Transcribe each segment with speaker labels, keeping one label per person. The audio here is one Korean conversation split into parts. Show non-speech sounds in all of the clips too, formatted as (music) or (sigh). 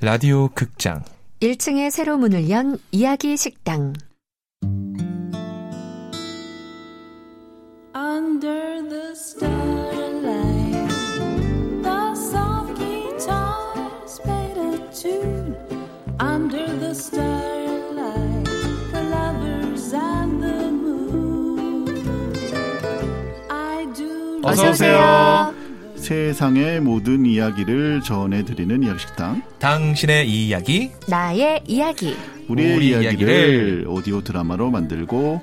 Speaker 1: 라디오 극장
Speaker 2: 1층에 새로 문을 연 이야기 식당.
Speaker 3: Under the starlight, the soft guitars played a tune. Under the starlight, the lovers and the moon. I do.
Speaker 1: 어서
Speaker 3: not-
Speaker 1: 오세요.
Speaker 4: 세상의 모든 이야기를 전해드리는 이야기식당
Speaker 1: 당신의 이야기
Speaker 2: 나의 이야기.
Speaker 4: 우리의
Speaker 1: 우리
Speaker 4: 이야기를,
Speaker 1: 이야기를
Speaker 4: 오디오 드라마로 만들고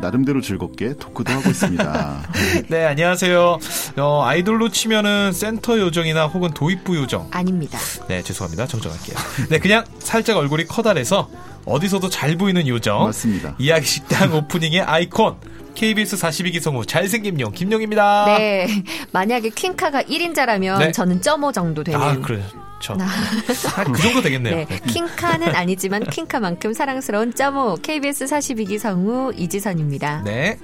Speaker 4: 나름대로 즐겁게 토크도 하고 있습니다.
Speaker 1: 네 안녕하세요 어, 아이돌로 치면은 센터 요정이나 혹은 도입부 요정
Speaker 2: 아닙니다.
Speaker 1: 네 죄송합니다 정정할게요 (laughs) 네 그냥 살짝 얼굴이 커다래서 어디서도 잘 보이는 요정
Speaker 4: 맞습니다.
Speaker 1: 이야기 (laughs) 식당 오프닝의 아이콘 KBS 42기 성우 잘생김용 김용입니다
Speaker 2: 네. (laughs) 만약에 퀸카가 1인자라면
Speaker 1: 아. 네.
Speaker 2: 저는 점오 정도 되는.
Speaker 1: 아 그렇죠 아, 그 정도 되겠네요
Speaker 2: 네.
Speaker 1: (laughs)
Speaker 2: 퀸카는 아니지만 퀸카만큼 사랑스러운 점오 KBS 42기 성우 이지선입니다.
Speaker 1: 네.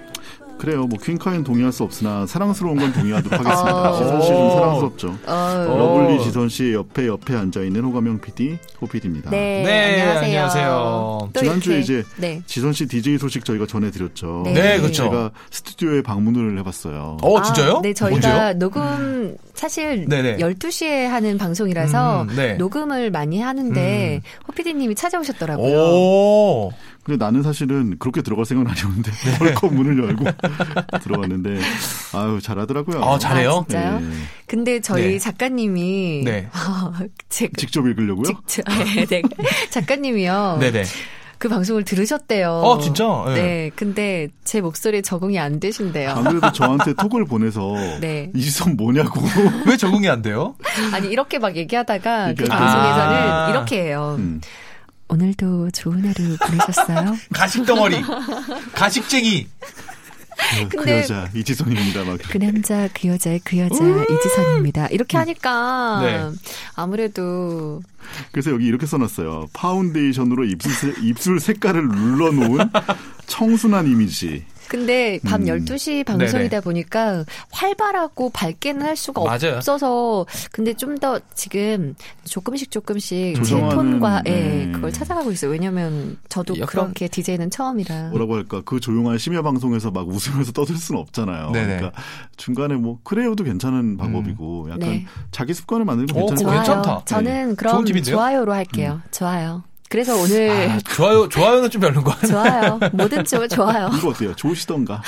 Speaker 4: 그래요. 뭐 퀸카엔 동의할 수 없으나 사랑스러운 건 동의하도록 하겠습니다. 지선 씨좀 사랑스럽죠.
Speaker 2: 어,
Speaker 1: 어.
Speaker 4: 러블리 지선 씨 옆에 옆에 앉아 있는 호감형 PD 호PD입니다.
Speaker 2: 네.
Speaker 1: 네,
Speaker 2: 안녕하세요.
Speaker 1: 안녕하세요.
Speaker 2: 또
Speaker 4: 지난주에
Speaker 2: 이렇게,
Speaker 4: 이제
Speaker 2: 네.
Speaker 4: 지선 씨 DJ 소식 저희가 전해드렸죠.
Speaker 2: 네. 네,
Speaker 1: 그렇죠.
Speaker 4: 제가 스튜디오에 방문을 해봤어요.
Speaker 1: 어
Speaker 2: 아,
Speaker 1: 진짜요?
Speaker 2: 네,
Speaker 1: 언제요?
Speaker 2: 저희가 녹음 사실
Speaker 1: 네네.
Speaker 2: 12시에 하는 방송이라서
Speaker 1: 음, 네. 음.
Speaker 2: 녹음을 많이 하는데 호피디님이 찾아오셨더라고요.
Speaker 1: 오.
Speaker 4: 근데 나는 사실은 그렇게 들어갈 생각은 아니었는데
Speaker 1: 네.
Speaker 4: 벌컥 문을 열고 (laughs) 들어갔는데 아유 잘하더라고요.
Speaker 1: 아, 잘해요?
Speaker 2: 아, 진짜요?
Speaker 4: 네.
Speaker 2: 근데 저희
Speaker 1: 네.
Speaker 2: 작가님이 (laughs) 어,
Speaker 1: 네.
Speaker 2: 제,
Speaker 4: 직접 읽으려고요?
Speaker 2: 직접 네, (laughs) 네. 작가님이요.
Speaker 1: 네네.
Speaker 2: 그 방송을 들으셨대요.
Speaker 1: 어 진짜.
Speaker 2: 네.
Speaker 1: 네.
Speaker 2: 근데 제 목소리에 적응이 안 되신대요.
Speaker 4: 안 그래도 저한테 톡을 보내서
Speaker 2: (laughs) 네.
Speaker 4: 이지선 뭐냐고
Speaker 1: 왜 적응이 안
Speaker 2: (laughs)
Speaker 1: 돼요?
Speaker 2: 아니 이렇게 막 얘기하다가 그
Speaker 4: 얘기하다가-
Speaker 2: 방송에서는
Speaker 1: 아.
Speaker 2: 이렇게 해요.
Speaker 4: 음.
Speaker 2: 오늘도 좋은 하루 보내셨어요?
Speaker 1: 가식 덩어리, 가식쟁이.
Speaker 4: 그, 그
Speaker 2: (laughs) 근데-
Speaker 4: 여자 이지선입니다. 막
Speaker 2: 그 남자 그 여자의 그 여자 이지선입니다. 이렇게 하니까
Speaker 1: 네.
Speaker 2: 아무래도
Speaker 4: 그래서 여기 이렇게 써놨어요. 파운데이션으로 입술, 세- 입술 색깔을 눌러놓은 청순한 이미지.
Speaker 2: 근데 밤
Speaker 4: 음.
Speaker 2: 12시 방송이다
Speaker 1: 네네.
Speaker 2: 보니까 활발하고 밝게는 할 수가
Speaker 1: 맞아요.
Speaker 2: 없어서 근데 좀 더 지금 조금씩 조금씩 제
Speaker 4: 조정하는,
Speaker 2: 톤과 예,
Speaker 4: 네.
Speaker 2: 그걸 찾아가고 있어요. 왜냐면 저도
Speaker 1: 약간-
Speaker 2: 그렇게 DJ는 처음이라.
Speaker 4: 뭐라고 할까 그 조용한 심야 방송에서 막 웃으면서 떠들 수는 없잖아요.
Speaker 1: 네네.
Speaker 4: 그러니까 중간에 뭐 그래요도 괜찮은 방법이고 약간
Speaker 2: 네.
Speaker 4: 자기 습관을 만들면
Speaker 1: 오,
Speaker 4: 괜찮을
Speaker 1: 음.
Speaker 4: 것
Speaker 1: 어, 그거
Speaker 2: 좋아요.
Speaker 4: 같아요.
Speaker 1: 괜찮다. 네.
Speaker 2: 저는 그럼
Speaker 1: 좋은 팁인데요? 음.
Speaker 2: 좋아요로 할게요. 좋아요. 그래서 오늘
Speaker 1: 아, 좋아요, 좋아요는 좀 별론 거 같아.
Speaker 2: (laughs) 좋아요. 뭐든
Speaker 1: (laughs)
Speaker 2: 좀 좋아요.
Speaker 4: 이거
Speaker 2: (laughs)
Speaker 4: 어때요? 좋으시던가.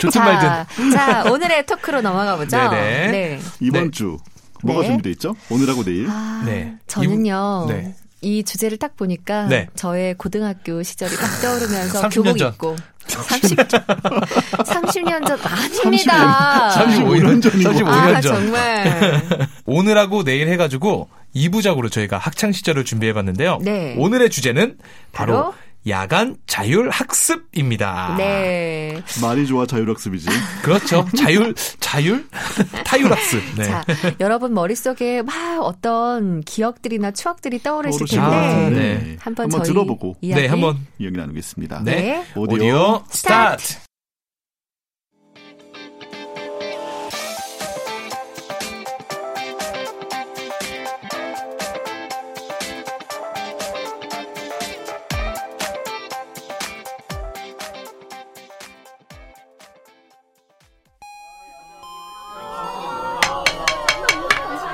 Speaker 1: 좋든 말든.
Speaker 2: 자, 자, 오늘의 토크로 넘어가 보죠.
Speaker 1: (laughs) 네네.
Speaker 2: 네.
Speaker 4: 이번
Speaker 1: 네.
Speaker 4: 주 뭐가
Speaker 2: 네.
Speaker 4: 준비돼 있죠? 오늘하고 내일.
Speaker 2: 아,
Speaker 1: 네.
Speaker 2: 저는요.
Speaker 1: 이분- 네.
Speaker 2: 이 주제를 딱 보니까
Speaker 1: 네.
Speaker 2: 저의 고등학교 시절이 딱 떠오르면서
Speaker 1: 30년
Speaker 2: 교복
Speaker 1: 전.
Speaker 2: 입고 30, (laughs) 30년 전 아닙니다.
Speaker 1: 35 년 전이고. 35
Speaker 2: 아,
Speaker 1: 년 전.
Speaker 2: 정말.
Speaker 1: 오늘하고 내일 해가지고 2부작으로 저희가 학창 시절을 준비해봤는데요.
Speaker 2: 네.
Speaker 1: 오늘의 주제는 바로,
Speaker 2: 바로?
Speaker 1: 야간 자율 학습입니다.
Speaker 2: 네.
Speaker 4: 말이 좋아 자율학습이지.
Speaker 1: 그렇죠. 자율, 자율, (laughs) 타율 학습. 네.
Speaker 2: 자, 여러분 머릿속에 막 어떤 기억들이나 추억들이 떠오르실
Speaker 4: 떠오르실 것
Speaker 2: 텐데
Speaker 1: 네.
Speaker 4: 같은데
Speaker 2: 한번
Speaker 4: 한번
Speaker 2: 저희
Speaker 4: 들어보고.
Speaker 2: 이야기
Speaker 1: 네, 한번
Speaker 4: 이야기 나누겠습니다.
Speaker 2: 네.
Speaker 1: 네.
Speaker 4: 오디오
Speaker 1: 오디오
Speaker 2: 스타트.
Speaker 1: 스타트.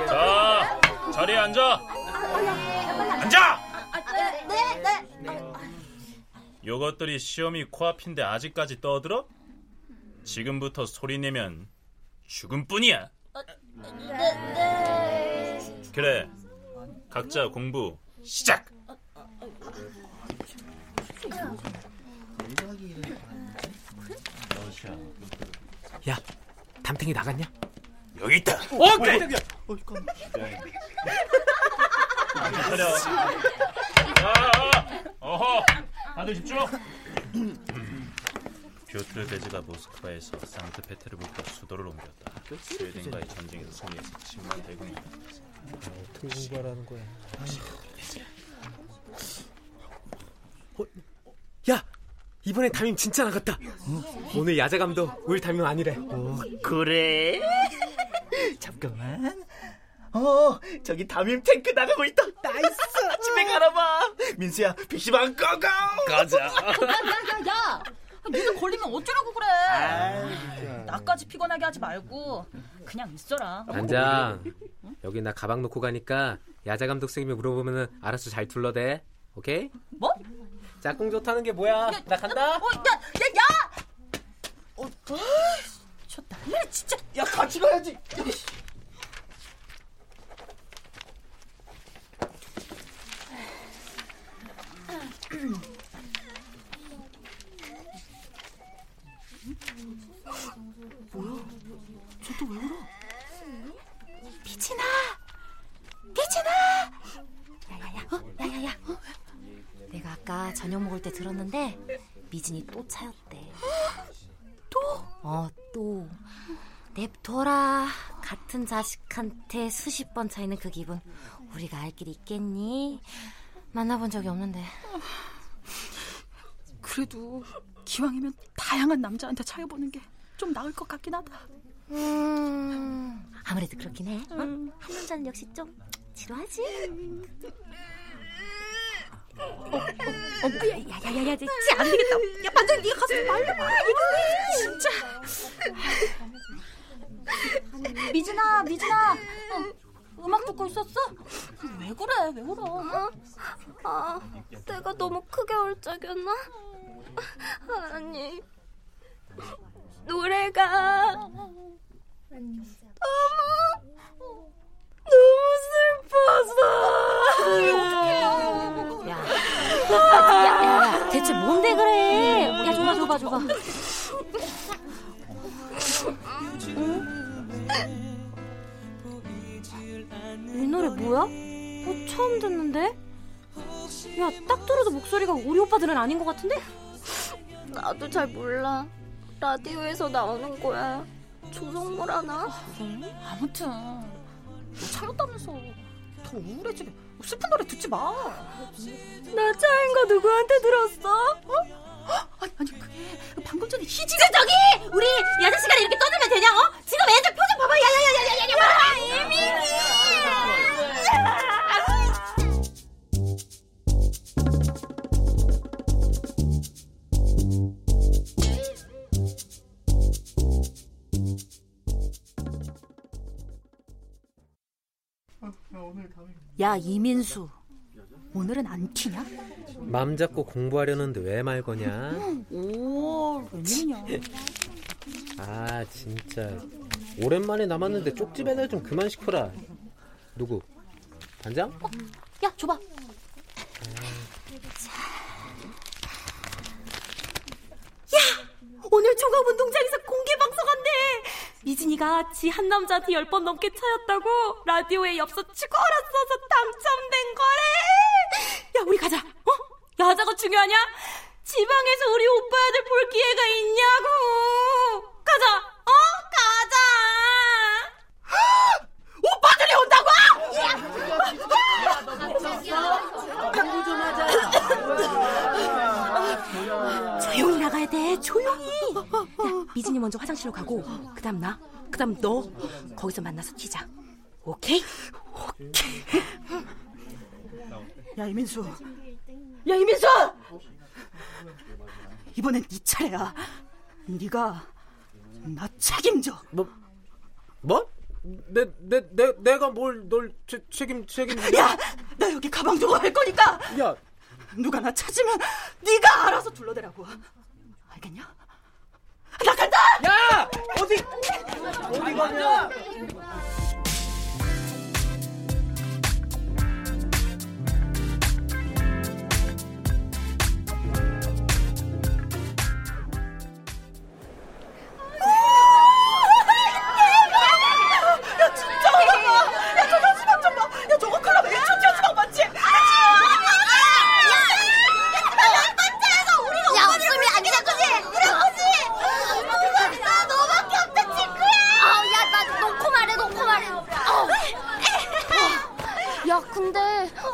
Speaker 5: 자, 자리에 앉아. 앉아! 요것들이 시험이 코앞인데 아직까지 떠들어? 지금부터 소리 내면 죽음뿐이야. 그래, 각자 공부 시작!
Speaker 6: 야, 담탱이 나갔냐?
Speaker 5: 여기 있다. 오케이! 차려. 자, 아, 어허, 다들 집중. 교토 대지가 모스크바에서 상트페테르부르크 수도를 옮겼다. 스웨덴과의 전쟁에서 승리해서 10만 대군이
Speaker 6: 어떻게 공부하라는 거야? 어, 야, 이번에 담임 진짜 나갔다. 오늘 야자감도 우리 담임 아니래.
Speaker 7: 그래? 잠깐만.
Speaker 8: 어, 저기 담임 탱크 나가고 있다. 나이스. 집에
Speaker 3: 아,
Speaker 8: 가라봐. 민수야, PC방 고고.
Speaker 3: (laughs)
Speaker 9: 가자.
Speaker 3: 야, 야! 니들 걸리면 어쩌라고 그래?
Speaker 9: 아.
Speaker 3: 나까지 피곤하게 하지 말고 그냥 있어라.
Speaker 6: 단장 여기 나 가방 놓고 가니까 야자 감독 선생님이 물어보면은 알아서 잘 둘러대 오케이?
Speaker 3: 뭐?
Speaker 6: 짝꿍 좋다는 게 뭐야 나 간다
Speaker 3: 어, 야, 야, 야! 어, 아이씨, 저 난리 진짜.
Speaker 8: 야, 같이 가야지.
Speaker 3: 미친아, 미친아! 야야야, 어? 야야야. 어?
Speaker 10: 내가 아까 저녁 먹을 때 들었는데 미진이 또 차였대. 또? 어, 또. 냅둬라. 같은 자식한테 수십 번 차이는 그 기분. 우리가 알 길이 있겠니? 만나본 적이 없는데.
Speaker 3: 그래도 기왕이면 다양한 남자한테 차여보는 게 좀 나을 것 같긴 하다.
Speaker 10: 음, 아무래도 그렇긴 해. 어? 한 남자는 역시 좀 지루하지? 어, 어, 야, 야, 야, 야, 야, 쟤안 되겠다. 야, 반장 네가 가서 좀 말려봐. 아,
Speaker 3: 진짜. 미진아, 미진아. 어, 음악 듣고 있었어? 왜 그래? 왜 울어?
Speaker 10: 아, 내가 너무 크게 얼짝였나? 하나님, 노래가 너무 너무 슬퍼서. 야, 야, 야, 야, 대체 뭔데 그래? 야, 줘봐, 줘봐, 줘봐. 이 노래 뭐야? 어, 처음 듣는데? 야, 딱 들어도 목소리가 우리 오빠들은 아닌 것 같은데?
Speaker 11: 나도 잘 몰라. 라디오에서 나오는 거야. 조성모라나?
Speaker 3: 아무튼 너 참았다면서 더 우울해지게 슬픈 노래 듣지 마.
Speaker 10: 나 차인 거 누구한테 들었어?
Speaker 3: 아니, 아니 그게 방금 전에 희지.
Speaker 10: 지금 저기! 우리 야자 시간에 이렇게 떠들면 되냐, 어? 지금 애들 표정 봐봐! 야야야야야야! 이미!
Speaker 12: 야 이민수 오늘은 안 키냐?
Speaker 6: 맘 잡고 공부하려는데 왜 말 거냐
Speaker 3: 오, 웬일이냐?
Speaker 6: 아 진짜 오랜만에 남았는데 쪽지 배달 좀 그만 시켜라 누구? 단장?
Speaker 10: 야, 줘봐. 야! 오늘 종합운동장에서 공개 방송한대! 미진이가 지 한 남자한테 열 번 넘게 차였다고 라디오에 엽서 추가로 써서 당첨된 거래! 야, 우리 가자! 어? 야자가 중요하냐? 지방에서 우리 오빠들 볼 기회가 있냐고! 가자! 어? 가자! (gasps)
Speaker 8: 오빠들이 온다고!
Speaker 10: 조용히 나가야 돼 조용히 야, 미진이 먼저 화장실로 가고 그다음 나 그다음 너 거기서 만나서 키자 오케이
Speaker 8: 야, 이민수. 야, 이민수! 이번엔 네 차례야. 네가 나 책임져.
Speaker 6: 뭐? 내, 내, 내, 내가 뭘 널 책임, 책임.
Speaker 8: 야, 나 여기 가방 두고 갈 거니까
Speaker 6: 야,
Speaker 8: 누가 나 찾으면 네가 알아서 둘러대라고. 알겠냐? 아, 나 간다!
Speaker 6: 야! 어디, 어디 가냐?
Speaker 8: 야, 진짜 화나. 야, 저 현수막 좀 봐. 야, 저거 클럽 애초 현수막 맞지?
Speaker 11: 야, 웃음이 아니라 그지? 그래, 그지? 나 너밖에 없다, 친구야! 아, 야, 나 놓고 말해, 놓고 말해. 야, 근데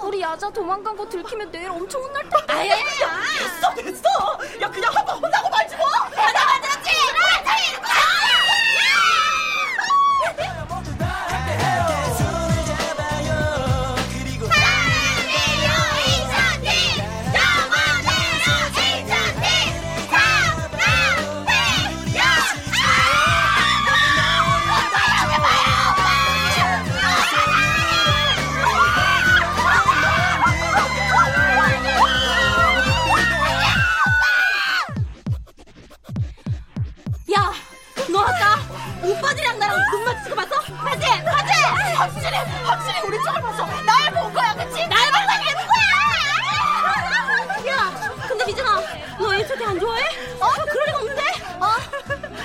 Speaker 11: 우리 야자 도망간 거 들키면 내일 엄청 혼날 텐데. 아예
Speaker 8: 됐어, 됐어. 야, 그냥 한 번 혼나고 말지 뭐.
Speaker 11: 나 만들었지? 나 이거!
Speaker 13: 모두 다 함께해요.
Speaker 14: 너 아까 오빠들이랑 나랑 눈만 치고 봤어?
Speaker 10: 맞지? 맞지? 확실히 확실히 우리 쪽을 봤어 날 본 거야 그치? 날 봤다니 누구야? 야
Speaker 14: 근데 미진아 너 HOT 안 좋아해?
Speaker 10: 어? 그럴 리가 없는데? 어?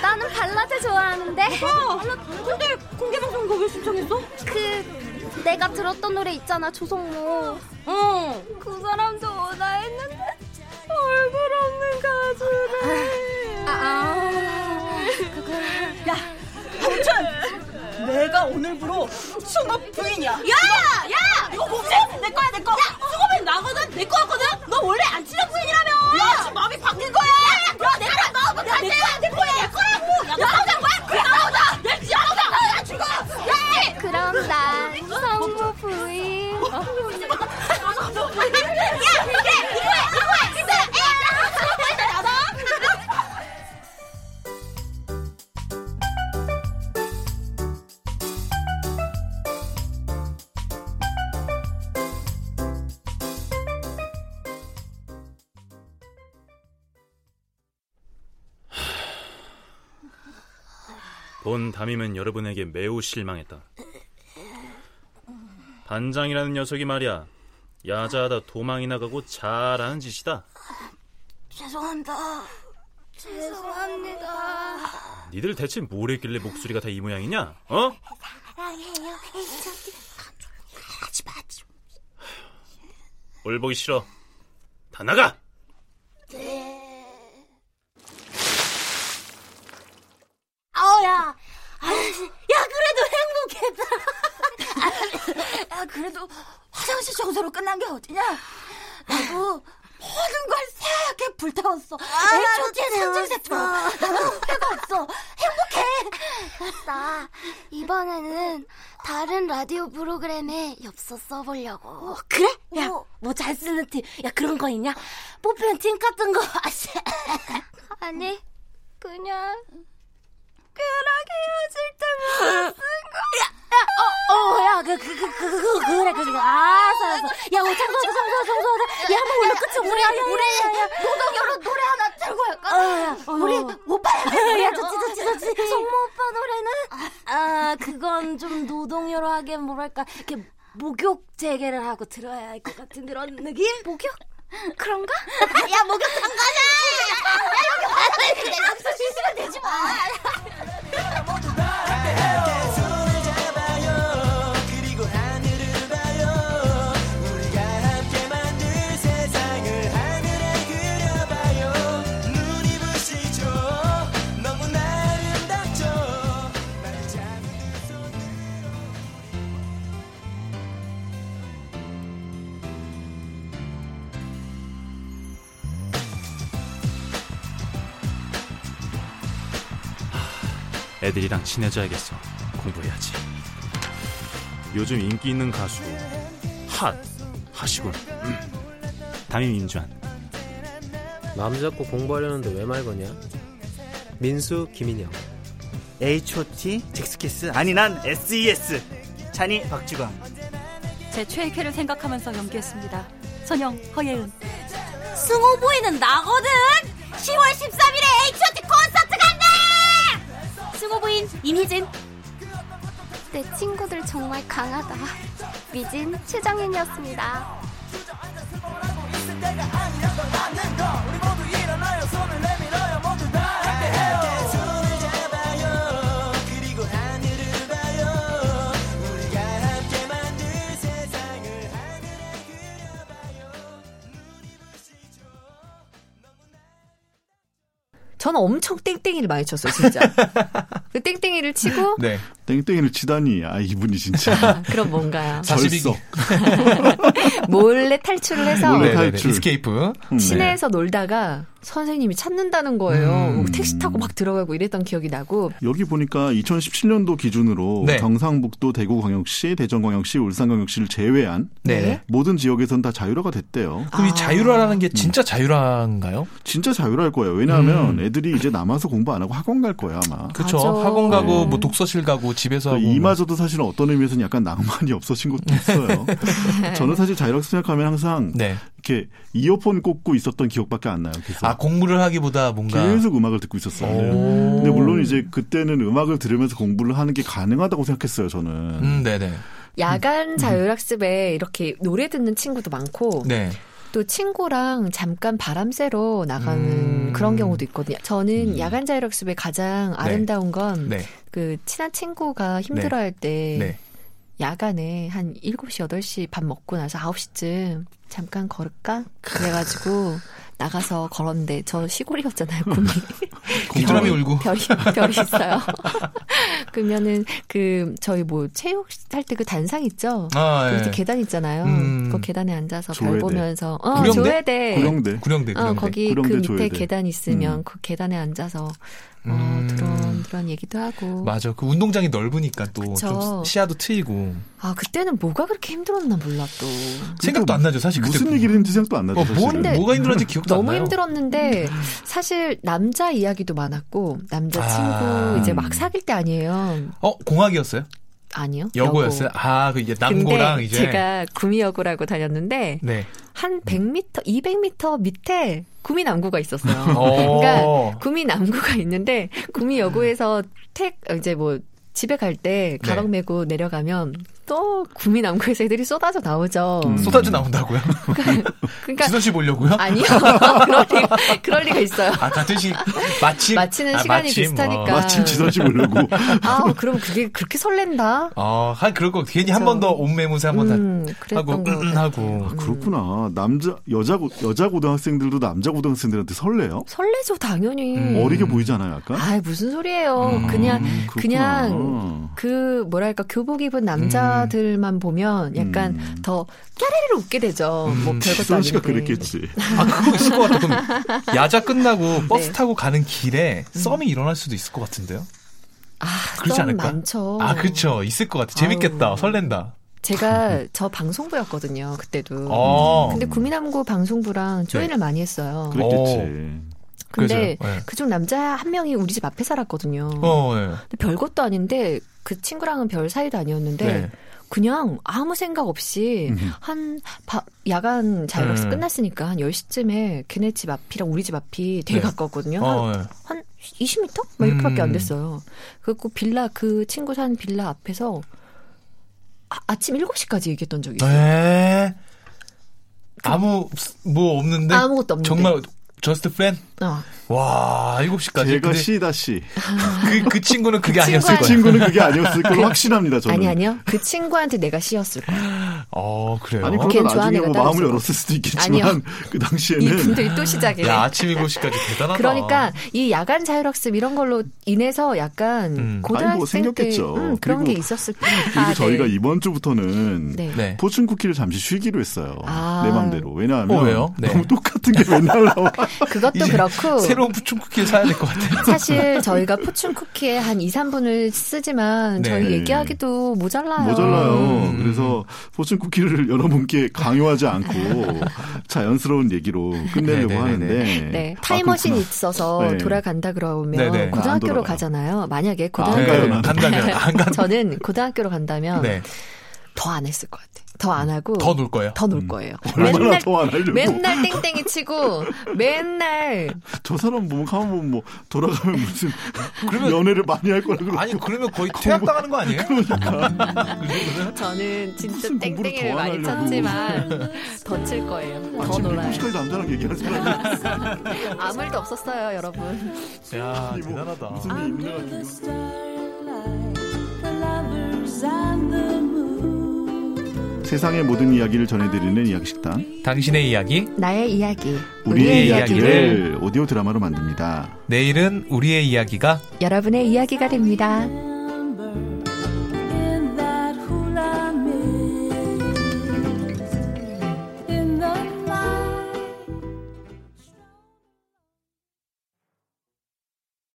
Speaker 10: 나는 발라드 좋아하는데
Speaker 14: 어, 근데 공개방송 이거 왜 신청했어?
Speaker 10: 그 내가 들었던 노래 있잖아 조성모
Speaker 14: 어
Speaker 10: 그 사람 전화 했는데 얼굴 없는
Speaker 14: 아,
Speaker 10: 가수래
Speaker 7: 아무튼 내가 오늘부로 수업 부인이야.
Speaker 14: 야! 야! 이거 뭐지? 내 거야 내 거! 수고맨 나거든? 내 거였거든? 너 원래 안 친한 부인이라며!
Speaker 7: 야, 지금 마음이 바뀐 거야.
Speaker 14: 야, 내 거야! 야, 내 거야! 내 거야! 내 거라고! 야, 나오자! 뭐야? 그래, 나오자! 야, 지 나오자! 야, 죽어! 야!
Speaker 10: 그럼 난 성모 부인
Speaker 14: 야! 이게! 이거야! 이거야! 진짜! 야! 나다!
Speaker 5: 본 담임은 여러분에게 매우 실망했다. 반장이라는 녀석이 말이야. 야자하다 도망이 나가고 잘하는 짓이다.
Speaker 10: 죄송합니다 죄송합니다
Speaker 5: 니들 대체 뭘 했길래 목소리가 다 이 모양이냐? 어?
Speaker 10: 사랑해요
Speaker 5: 올 보기 싫어. 다 나가!
Speaker 10: 네. 아우야. 아유, 야, 그래도 행복했다. 아, 야, 그래도 화장실 청소로 끝난 게 어디냐? 나도 모든 걸 새하얗게 불태웠어. 애초에 상징 세트로. 나는 후회가 없어. 행복해. 맞다. 이번에는 다른 라디오 프로그램에 엽서 써보려고. 어, 그래? 야, 뭐 잘 쓰는 팀. 야, 그런 거 있냐? 뽑히는 팀 같은 거. (laughs) 아니, 그냥. 그랑 헤어질 때만 쓴 거. 야, 야, 어, 어, 야, 그, 그, 그, 그, 그, 그, 그래, 그, 그, 아, 알았어, 알았어. 야, 우리 청소하자, 청소하자, 청소하자. 야, 한번 올라 끝이 우리, 우리, 노동요로 노래 하나 들고 할까? 우리, 오빠 아, 어. (laughs) 야, 좋지, 좋지, 좋지. 성모 오빠 노래는? 아, 그건 좀 노동요로 하기엔 뭐랄까, 이렇게 목욕 재개를 하고 들어야 할 것 같은 그런 느낌? 목욕? 그런가? 야, 목욕 안 가자! 야, 여기 와서 내 남자 주시면 되지 마!
Speaker 5: 애들이랑 친해져야겠어. 공부해야지. 요즘 인기 있는 가수 핫 하시군. 음. 담임 임주환.
Speaker 6: 마음 잡고 공부하려는데 왜 말거냐? 민수, 김인영.
Speaker 15: H.O.T. 잭스키스 아니 난 S.E.S. 찬이 박지광
Speaker 16: 제 최애캐를 생각하면서 연기했습니다. 선영, 허예은.
Speaker 10: 승호보이는 나거든? 10월 13일에 H.O.T 콘서트 간다! 승호보인 임희진 내 친구들 정말 강하다 미진 최정현이었습니다
Speaker 2: 저는 엄청 땡땡이를 많이 쳤어요, 진짜. 그 땡땡이를 치고
Speaker 4: 네. 땡땡이를 치다니, 아, 이분이
Speaker 1: (laughs)
Speaker 4: 진짜.
Speaker 2: 그럼 뭔가요?
Speaker 4: 절석.
Speaker 2: 몰래 탈출을 해서
Speaker 1: 네,
Speaker 4: 몰래 탈출.
Speaker 1: 이스케이프. 네.
Speaker 2: 시내에서 놀다가 선생님이 찾는다는 거예요.
Speaker 1: 음.
Speaker 2: 뭐 택시 타고 막 들어가고 이랬던 기억이 나고
Speaker 4: 여기 보니까 2017년도 기준으로
Speaker 1: 네.
Speaker 4: 경상북도 대구광역시, 대전광역시, 울산광역시를 제외한
Speaker 1: 네.
Speaker 4: 모든 지역에선 다 자유화가 됐대요.
Speaker 1: 그럼
Speaker 2: 아.
Speaker 1: 이 자유라라는 게 진짜 자유라인가요?
Speaker 4: 진짜 자유화일
Speaker 1: 음.
Speaker 4: 거예요. 왜냐하면 애들이 이제 남아서 공부 안 하고 학원 갈 거야 아마.
Speaker 6: 네.
Speaker 1: 그쵸. 학원 가고 뭐 독서실 가고 하고 집에서
Speaker 4: 그
Speaker 1: 하고
Speaker 2: 네.
Speaker 4: 이마저도 사실은 어떤 의미에서는 약간 낭만이 없어진 것도
Speaker 2: (laughs)
Speaker 4: 있어요. 저는 사실 자이락스 생각하면 항상
Speaker 1: 네.
Speaker 4: 이렇게 이어폰 꽂고 있었던 기억밖에 안 나요. 그래서
Speaker 1: 아 공부를 하기보다 뭔가
Speaker 4: 계속 음악을 듣고 있었어요. 근데 물론 이제 그때는 음악을 들으면서 공부를 하는 게 가능하다고 생각했어요. 저는.
Speaker 1: 음, 네네.
Speaker 2: 야간 자율학습에 이렇게 노래 듣는 친구도 많고
Speaker 1: 음. 네.
Speaker 2: 또 친구랑 잠깐 바람 쐬러 나가는
Speaker 1: 음.
Speaker 2: 그런 경우도 있거든요. 저는 야간 자율학습의 가장 아름다운 건 그
Speaker 1: 네.
Speaker 2: 친한 친구가 힘들어할 때
Speaker 1: 네.
Speaker 2: 야간에 한 7시, 8시 밥 먹고 나서 9시쯤 잠깐 걸을까? 그래가지고 나가서 걸었는데 저 시골이었잖아요,
Speaker 1: 음.
Speaker 2: 꿈이.
Speaker 1: 귀뚜라미
Speaker 4: 그렇죠.
Speaker 1: 울고.
Speaker 2: 별이, 별이 있어요. (laughs) 그러면은 그 저희 뭐 체육할 때 그 단상 있죠?
Speaker 1: 아,
Speaker 2: 그 밑에
Speaker 1: 예.
Speaker 2: 계단 있잖아요. 그 계단에 앉아서 별
Speaker 1: 음. 조회대.
Speaker 2: 보면서. 어,
Speaker 1: 구령대?
Speaker 4: 그
Speaker 2: 조회대.
Speaker 1: 구령대. 구령대,
Speaker 2: 어,
Speaker 1: 구령대.
Speaker 2: 거기
Speaker 1: 구령대,
Speaker 2: 그 밑에
Speaker 1: 조회대.
Speaker 2: 계단 있으면
Speaker 1: 음.
Speaker 2: 그 계단에 앉아서 어,
Speaker 1: 음.
Speaker 2: 그런 얘기도 하고.
Speaker 1: 맞아. 그 운동장이 넓으니까 또
Speaker 2: 그쵸.
Speaker 1: 좀 시야도 트이고
Speaker 2: 아, 그때는 뭐가 그렇게 힘들었나 몰라 또.
Speaker 1: 생각도 안 나죠. 사실 그때
Speaker 4: 그러니까 무슨 얘기를 했는지 생각도 안 나죠.
Speaker 1: 어,
Speaker 4: 사실은.
Speaker 2: 근데
Speaker 1: 뭐가 힘들었는지 기억도 안
Speaker 2: 음, 너무
Speaker 1: 나요. 음.
Speaker 2: 힘들었는데 사실 남자 이야기도 많았고 남자 친구
Speaker 1: 아.
Speaker 2: 이제 막 사귈 때 아니에요.
Speaker 1: 어 공학이었어요?
Speaker 2: 아니요.
Speaker 1: 여고였어요? 아, 그 이제 남고랑
Speaker 2: 근데
Speaker 1: 이제
Speaker 2: 제가 구미여고라고 다녔는데
Speaker 4: (laughs)
Speaker 1: 네.
Speaker 2: 한 100m, 200m 밑에 구미남구가 있었어요.
Speaker 1: (laughs) 오.
Speaker 2: 그러니까 구미남구가 있는데 구미여고에서 택 이제 뭐 집에 갈 때 가방
Speaker 1: 네.
Speaker 2: 메고 내려가면 또 구미남구에서 애들이 쏟아져 나오죠.
Speaker 1: 쏟아져 나온다고요?
Speaker 2: 그러니까
Speaker 1: (laughs) 지선 씨 보려고요?
Speaker 2: 아니요. (laughs) 그럴 리가, 그럴 리가 있어요.
Speaker 1: (laughs) 아 같은 시 마침
Speaker 2: 마치는
Speaker 1: 아,
Speaker 2: 시간이
Speaker 1: 마침,
Speaker 2: 비슷하니까.
Speaker 1: 어. 마침 지선 씨 보려고.
Speaker 2: (laughs) 아, 그럼 그게 그렇게 설렌다?
Speaker 1: 어, 한 그럴 거 괜히 한 번 더 온매무새 한 번 더 하고
Speaker 2: 그랬던 거
Speaker 1: 음, 하고
Speaker 4: 아, 그렇구나. 남자 여자 고- 여자 고등학생들도 남자 고등학생들한테 설레요?
Speaker 2: 설레죠, 당연히.
Speaker 1: 음.
Speaker 4: 어리게 보이잖아요, 약간.
Speaker 2: 음.
Speaker 4: 음,
Speaker 2: 아이, 무슨 소리예요. 그냥,
Speaker 4: 그렇구나. 어.
Speaker 2: 그냥, 그, 뭐랄까, 교복 입은
Speaker 1: 음.
Speaker 2: 남자들만 보면 약간 더 까르르 웃게 되죠. 뭐 별것도
Speaker 1: 음. 지선
Speaker 2: 아닌데.
Speaker 1: 씨가 아, 그랬겠지. 야자
Speaker 2: 네.
Speaker 1: 끝나고 버스 타고 가는 길에
Speaker 2: 음.
Speaker 1: 썸이 일어날 수도 있을 것 같은데요?
Speaker 2: 아,
Speaker 1: 그렇지
Speaker 2: 썸
Speaker 1: 않을까?
Speaker 2: 많죠.
Speaker 1: 아, 그렇죠. 있을 것 같아. 재밌겠다. 설렌다.
Speaker 2: 제가 저 방송부였거든요, 그때도.
Speaker 1: 어.
Speaker 2: 음. 근데 구미남구 방송부랑 조인을
Speaker 1: 네.
Speaker 2: 많이 했어요. 근데
Speaker 1: 그래서요? 네.
Speaker 2: 그중 남자 한 명이 우리 집 앞에 살았거든요.
Speaker 1: 어, 예.
Speaker 2: 근데 별것도 아닌데 그 친구랑은 별 사이도 아니었는데
Speaker 1: 네.
Speaker 2: 그냥 아무 생각 없이
Speaker 1: 음.
Speaker 2: 한 바- 야간
Speaker 4: 네.
Speaker 2: 자율학습
Speaker 1: 음.
Speaker 2: 끝났으니까 한 10시쯤에 걔네 집 앞이랑 우리 집 앞이
Speaker 1: 네.
Speaker 2: 되게 가까웠거든요.
Speaker 1: 어,
Speaker 2: 한,
Speaker 1: 네.
Speaker 2: 한 20m? 막 이렇게밖에 안
Speaker 1: 음.
Speaker 2: 됐어요. 그래갖고 빌라 그 친구 산 빌라 앞에서 아, 침 7시까지 얘기했던 적이 있어요.
Speaker 1: 에? 네. 아무 뭐 없는데
Speaker 2: 아무것도 없는데.
Speaker 1: 정말 저스트 프렌드
Speaker 4: 네.
Speaker 2: 어.
Speaker 1: 와 7시까지
Speaker 4: 제가
Speaker 1: 씨다 씨. 그, 그 친구는 그게 아니었을 거예요.
Speaker 4: 그 친구는 그게 아니었을 걸
Speaker 2: 그-
Speaker 4: 확신합니다. 저는.
Speaker 2: 아니 아니요. 그 친구한테 내가 씌었을 거야.
Speaker 1: 어 그래요.
Speaker 4: 아니
Speaker 2: 걔는
Speaker 4: 그러면
Speaker 2: 좋아하는
Speaker 4: 나중에 뭐
Speaker 2: 애가 따로
Speaker 4: 마음을
Speaker 2: 있어요.
Speaker 4: 열었을 수도
Speaker 2: 아니요.
Speaker 4: 있겠지만 (laughs) 그 당시에는
Speaker 2: 이분들이 또 시작해.
Speaker 1: 야 아침 7시까지 대단하다.
Speaker 2: 그러니까 이 야간 자율학습 이런 걸로 인해서 약간
Speaker 4: 음. 아니, 뭐
Speaker 2: 고등학생 때
Speaker 4: 생겼겠죠.
Speaker 2: 음, 그런
Speaker 4: 그리고-
Speaker 2: 게 있었을 거예요.
Speaker 4: 그리고 저희가 이번 주부터는
Speaker 2: 네.
Speaker 4: 포춘 쿠키를 잠시 쉬기로 했어요.
Speaker 2: 아.
Speaker 4: 내 맘대로. 왜냐하면
Speaker 1: 어, 왜요? 네.
Speaker 4: 너무 똑같은 게 맨날 나와.
Speaker 2: (laughs) 그것도 그렇고
Speaker 1: 새로운 푸춘 쿠키를 사야 될 것 같아요.
Speaker 2: 사실 저희가 포춘 쿠키에 한 2, 3분을 쓰지만
Speaker 4: 네.
Speaker 2: 저희 얘기하기도 모자라요.
Speaker 4: 모자라요. 그래서 포춘 쿠키를 (laughs) 여러분께 강요하지 않고 자연스러운 얘기로 끝내려고
Speaker 1: 네, 네, 네,
Speaker 4: 하는데
Speaker 2: 네,
Speaker 4: 아,
Speaker 2: 타임머신
Speaker 4: 그렇구나.
Speaker 2: 있어서
Speaker 4: 네.
Speaker 2: 돌아간다 그러면
Speaker 4: 네, 네. 안
Speaker 2: 고등학교로
Speaker 4: 돌아가요. 네.
Speaker 2: 가잖아요. 만약에
Speaker 4: 가요,
Speaker 2: 고등학교로
Speaker 4: 나는. 간다면, 안 간-
Speaker 2: 저는 고등학교로
Speaker 1: (laughs)
Speaker 2: 간다면
Speaker 1: 네.
Speaker 2: 더 안 했을 것 같아. 더 안 하고
Speaker 1: 더 놀 거예요.
Speaker 2: 더 놀 거예요.
Speaker 4: 음. (laughs) 얼마나 더 안 하려고.
Speaker 2: 맨날 땡땡이 치고 맨날
Speaker 4: 저 사람 보면 가만 보면 뭐 돌아가면 (laughs) 무슨 연애를 많이 할 거라 그러고 아니
Speaker 1: 그러면 (laughs) 거의 퇴학당하는 거 아니에요?
Speaker 2: 저는 진짜 땡땡이를
Speaker 4: 더안
Speaker 2: 많이
Speaker 4: 하려고.
Speaker 2: 쳤지만 더 칠 거예요. 더
Speaker 4: 아침
Speaker 2: 놀아요.
Speaker 4: 7시까지 남자랑 얘기하는 사람
Speaker 2: 아무 일도 없었어요, 여러분.
Speaker 1: 야 대단하다.
Speaker 3: Under the starlight, the lovers and the
Speaker 4: 세상의 모든 이야기를 전해드리는 이야기식당
Speaker 1: 당신의 이야기
Speaker 2: 나의 이야기.
Speaker 4: 아, 우리의
Speaker 1: 우리의
Speaker 4: 이야기를
Speaker 1: 이야기를
Speaker 4: 오디오 드라마로 만듭니다
Speaker 1: 내일은 우리의 이야기가
Speaker 2: 여러분의 이야기가 됩니다.